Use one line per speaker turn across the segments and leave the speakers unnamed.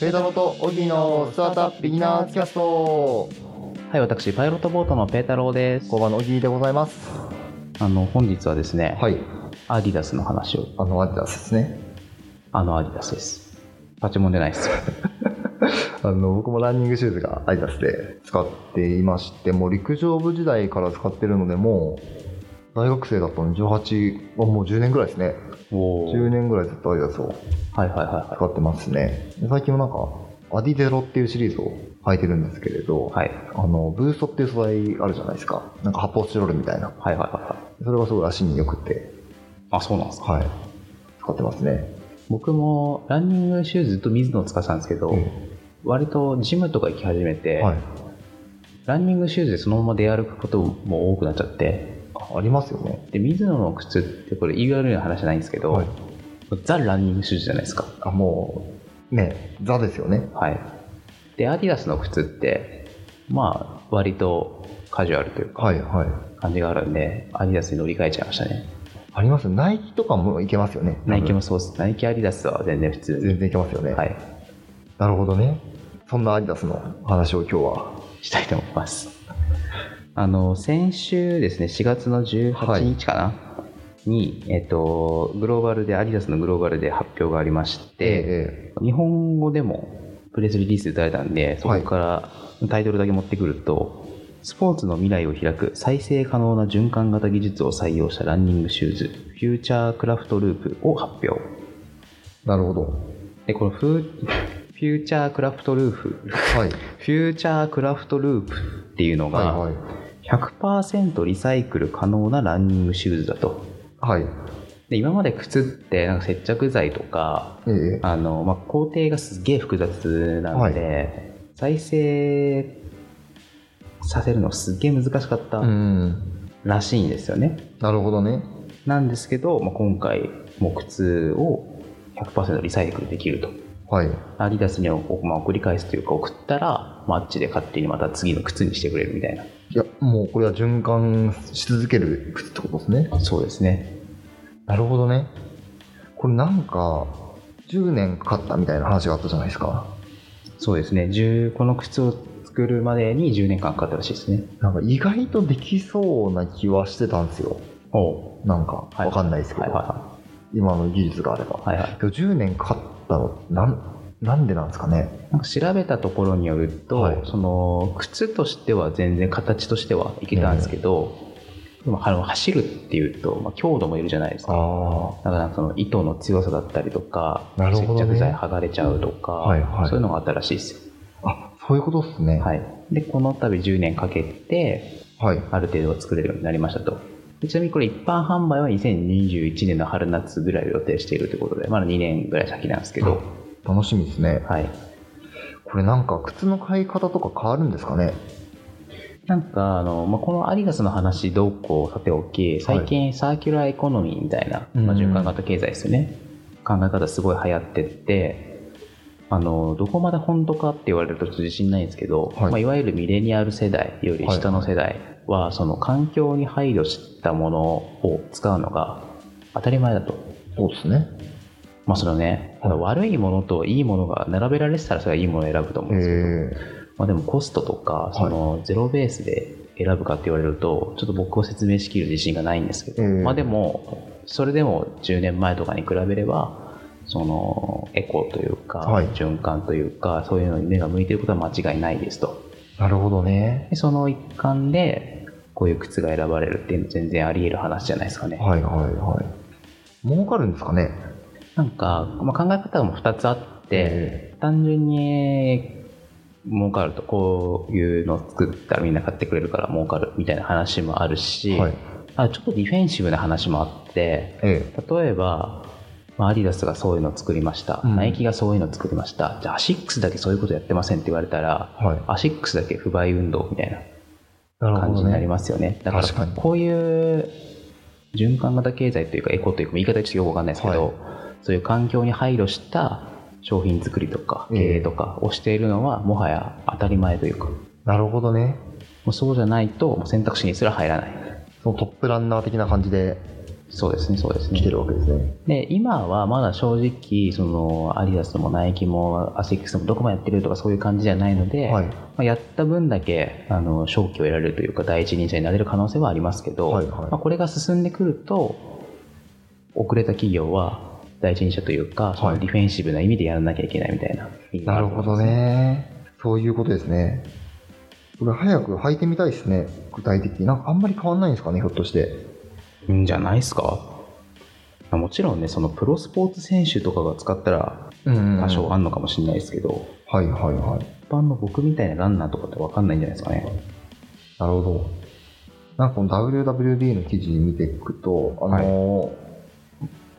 ペータロとオギのスタートアップビギナーズキャスト
はい、私、パイロットボートのペータローです。
工場のオギでございます
あの、本日はですね、
はい
アディダスの話を、
あのアディダスですね
あのアディダスです。パチモンじゃないです。
あの僕もランニングシューズがアディダスで使っていましてもう陸上部時代から使ってるのでもう大学生だったの18あもう10年ぐらいですね
お
10年ぐらいずっとアディダスを
はいはいはいは
使ってますねで最近もなんかアディゼロっていうシリーズを履いてるんですけれど、
い。はい。
あのブーストっていう素材あるじゃないですかなんか発泡スチロールみたいな
はいはいはいはい。
それがすごい足によくて
あ、そうなんですか。
はい。使ってますね。
僕もランニングシューズずっと水野を使ってたんですけど、割とジムとか行き始めて、
はい。
ランニングシューズでそのまま出歩くことも多くなっちゃって、
あありますよね。
で、水野の靴ってこれ URL の話じゃないんですけど、
はい
ザ・ランニングシューズじゃないですか。
あ、もう、ね、ザですよね。
はい。で、アディダスの靴って、まあ、割とカジュアルというか、
はいはい。
感じがあるんで、アディダスに乗り換えちゃいましたね。
あります。ナイキとかもいけますよね。
ナイキもそうです。ナイキアディダスは全然普通に。
全然いけますよね。
はい。
なるほどね。そんなアディダスの話を今日は。
したいと思います。あの、先週ですね、4月の18日かな、に、えっと、グローバルで、アディダスのグローバルで発表がありまして、
え
日本語でもプレスリリースで出されたんで、そこからタイトルだけ持ってくると、スポーツの未来を開く再生可能な循環型技術を採用したランニングシューズ、フューチャークラフトループを発表。
えなるほど。
で、このフーフューチャークラフトループ、
はい。
フューチャークラフトループっていうのが、
はい
100%リサイクル可能なランニングシューズだと。
はい。はい。
で今まで靴ってなんか接着剤とか、
ええ
あのまあ、工程がすっげえ複雑なので、再生させるのすっげえ難しかった
うん。
らしいんですよね。
なるほどね。
なんですけど、まあ、今回、もう靴を100%リサイクルできると。
はい。
アディダスにおまあ、送り返すというか送ったら、まあ、あっちで勝手にまた次の靴にしてくれるみたいな。
いや、もうこれは循環し続ける靴ってことですね。
そうですね。
なるほどね。これなんか、10年かかったみたいな話があったじゃないですか。
そうですね。10この靴を作るまでに10年間かかったらしいですね。
なんか意外とできそうな気はしてたんですよ。
お
なんか、
はい
わかんないですけ
はい
ど、
は
今の技術があれば。
いはい。はいはい
でも10年かかったのなん、なんでなんですかね。
なんか調べたところによると、
はい
その靴としては全然形としてはいけたんですけど、でもあの走るっていうと、まあ、強度もいるじゃないです
あ
か。
あ。は
だからその糸の強さだったりとか、
なる
接
ほどね
着剤剥がれちゃうとか、
はいはい
そういうのがあったらしいですよ。
あ、そういうことっすね。はい。
はい、でこの度10年かけてある程度作れるようになりましたと。でちなみにこれ一般販売は2021年の春夏ぐらいを予定しているということで、まだ2年ぐらい先なんですけど、
楽しみですね。
はい、
これなんか靴の買い方とか変わるんですかね。
なんかあの、まあ、このアディダスの話どうこうさておき最近サーキュラーエコノミーみたいな、
うん
まあ、循環型経済ですよね、考え方すごい流行ってってあのどこまで本当かって言われるとちょっと自信ないんですけ
は
ど、
い
いまあ、いわゆるミレニアル世代より下の世代は、その環境に配慮したものを使うのが当たり前だと。
そうですね。
まあそれはね、ただ悪いものといいものが並べられてたらそれはいいものを選ぶと思うんですけど、
え
まあ、でもコストとか
い
そのゼロベースで選ぶかって言われるとちょっと僕を説明しきる自信がないんですけど、
ええ
まあ、でもそれでも10年前とかに比べればそのエコというか、
はい
循環というかそういうのに目が向いてることは間違いないですと
ー、なるほどね。
でその一環でこういう靴が選ばれるっていうのは全然あり得る話じゃないですかね、
はいはいはい。儲かるんですかね。
なんか、まあ、考え方も2つあって、
え
単純に儲かるとこういうの作ったらみんな買ってくれるから儲かるみたいな話もあるし、
はい。
あちょっとディフェンシブな話もあって
え
例えば、まあ、アディダスがそういうの作りました、
うん
ナイキがそういうの作りましたじゃあアシックスだけそういうことやってませんって言われたら
えはい。
アシックスだけ不買運動みたい
な
な感じになり
ま
ますよねだから
確かに
こういう循環型経済というかエコというか言い方はちょっとよくわかんないですけど、
はい
そういう環境に配慮した商品作りとか
ええ
経営とかをしているのはもはや当たり前というかも
なるほどね。
うそうじゃないともう選択肢にすら入らない
そのトップランナー的な感じで
そうですね、そうですね。
来てるわけですね。
で今はまだ正直そのアディダスもナイキもアセックスもどこまでやってるとかそういう感じじゃないので、
はい
まあ、やった分だけあの勝機を得られるというか第一人者になれる可能性はありますけど、
はいはい
まあ、これが進んでくると遅れた企業は第一人者というかそのディフェンシブな意味でやらなきゃいけないみたいな、
なるほどね。そういうことですね。これ早く履いてみたいですね。具体的に。なんかあんまり変わんないんですかね、ひょっとして。
うんじゃないですかもちろんねそのプロスポーツ選手とかが使ったら
うん
多少あんのかもしれないですけど、
はいはいはい。
一般の僕みたいなランナーとかって分かんないんじゃないですかね
なるほど。なんかこの WWD の記事見ていくと、あのー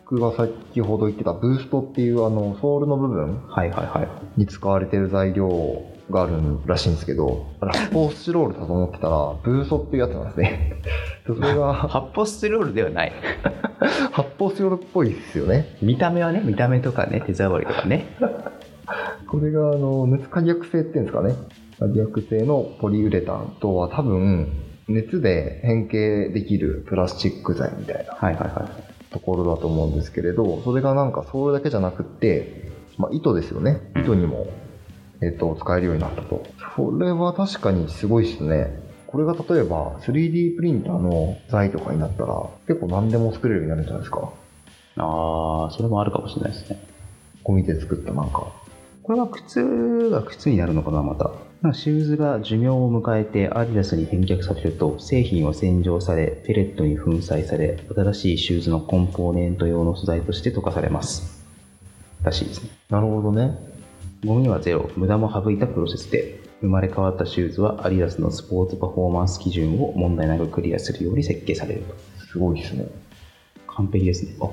僕が先ほど言ってたブーストっていうあのソールの部分
はいはいはい
に使われてる材料があるらしいんですけど、発泡スチロールだと思ってたら、ブーストっていうやつなんですね。 それ が
発泡スチロールではない
発泡スチロールっぽいですよね。
見た目はね見た目とかね手触りとかね
これがあの熱可逆性っていうんですかね可逆性のポリウレタンとは多分熱で変形できるプラスチック材みたいな
はいはいはい
ところだと思うんですけれどそれがなんかそれだけじゃなくって、まあ、糸ですよね
うん
糸にも、えっと使えるようになったとこれは確かにすごいですねこれが例えば 3D プリンターの材とかになったら結構何でも作れるようになるんじゃないですか
ああそれもあるかもしれないですね
ゴミで作ったなんか
これは靴が靴になるのかなまたなんかシューズが寿命を迎えてアディダスに返却されると製品は洗浄されペレットに粉砕され新しいシューズのコンポーネント用の素材として溶かされますらしいですね
なるほどね
ゴミはゼロ、無駄も省いたプロセスで、生まれ変わったシューズはアディダスのスポーツパフォーマンス基準を問題なくクリアするように設計されると。
すごいですね
完璧ですね。あ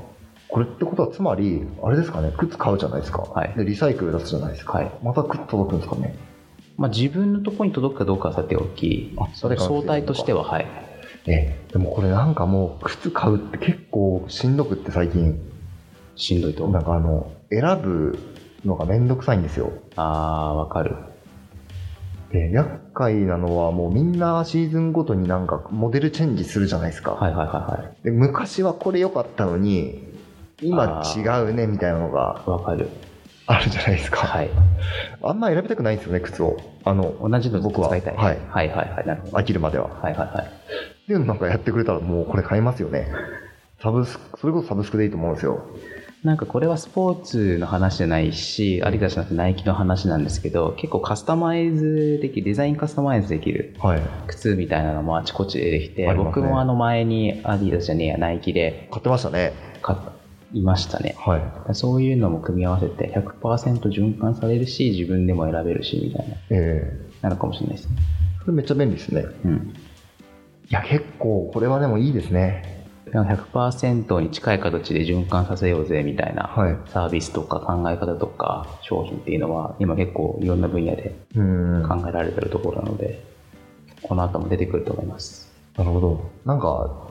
これってことはつまりあれですかね靴買うじゃないですか、
はい
でリサイクル出すじゃないですか、
はい
また靴届くんですかね
まあ、自分のところに届くかどうかはさておき
あ、
それ
誰かの
相対としては、はい。
えでもこれなんかもう靴買うって結構しんどくって最近
しんどいと思
な
う。
んかあの選ぶのがめんどくさいんですよ
あー、わかる。
で厄介なのはもうみんなシーズンごとになんかモデルチェンジするじゃないですか、
はいはいはいは
で昔はこれ良かったのに今
あ
違
ー
うねみたいなのが
い。わかる。
あるじゃないですか、
はい。
あんま選びたくないんですよね靴をあの
同じの
僕は
使いたい。
はい
はいはいはい。なるほど。
飽きるまでは
はいはいはい。
っていうのなんかやってくれたらもうこれ買いますよねサブスクそれこそサブスクでいいと思うんですよ
なんかこれはスポーツの話じゃないし、アディダスじゃなくてナイキの話なんですけど、結構カスタマイズできる、デザインカスタマイズできる
はい
靴みたいなのもあちこちでできて、
ありますね
僕もあの前にアディダスじゃねえやナイキで
買ってましたね
買いましたね
はい
そういうのも組み合わせて100%循環されるし自分でも選べるしみたいな
ええ
なるかもしれないですね
それめっちゃ便利ですね
うん
いや結構これはでもいいですね
なんか100%に近い形で循環させようぜみたいな、
はい
サービスとか考え方とか商品っていうのは今結構いろんな分野で
うんな
考えられてるところなので、この後も出てくると思います
るほどなんか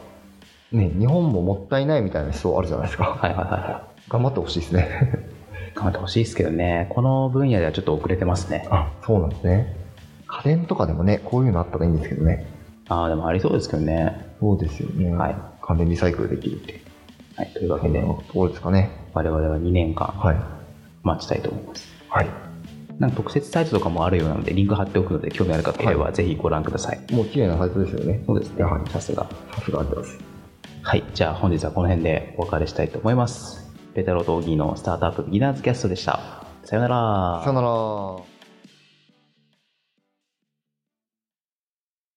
ね日本ももったいないみたいな思想あるじゃないです か
はいはいはいは
頑張ってほしいですね
い頑張ってほしいですけどねこの分野ではちょっと遅れてますね
あそうなんですね家電とかでもねこういうのあったらいいんですけどね
ああでもありそうですけどね
そうですよね
はい
完全リサイクルできるって
はい、というわ
こ
け
ん
で
な、ところですかね
我々は2年間
はい
待ちたいと思います。
はい
なんか特設サイトとかもあるようなので、リンク貼っておくので、興味ある方いれば、ぜひご覧ください。
もう綺麗なサイトですよね
そうですね
やはり、
さすが。
さすがありがとうございます
はい、じゃあ本日はこの辺でお別れしたいと思います。ペタロとオギーのスタートアップビギナーズキャストでした。さようなら
さよなら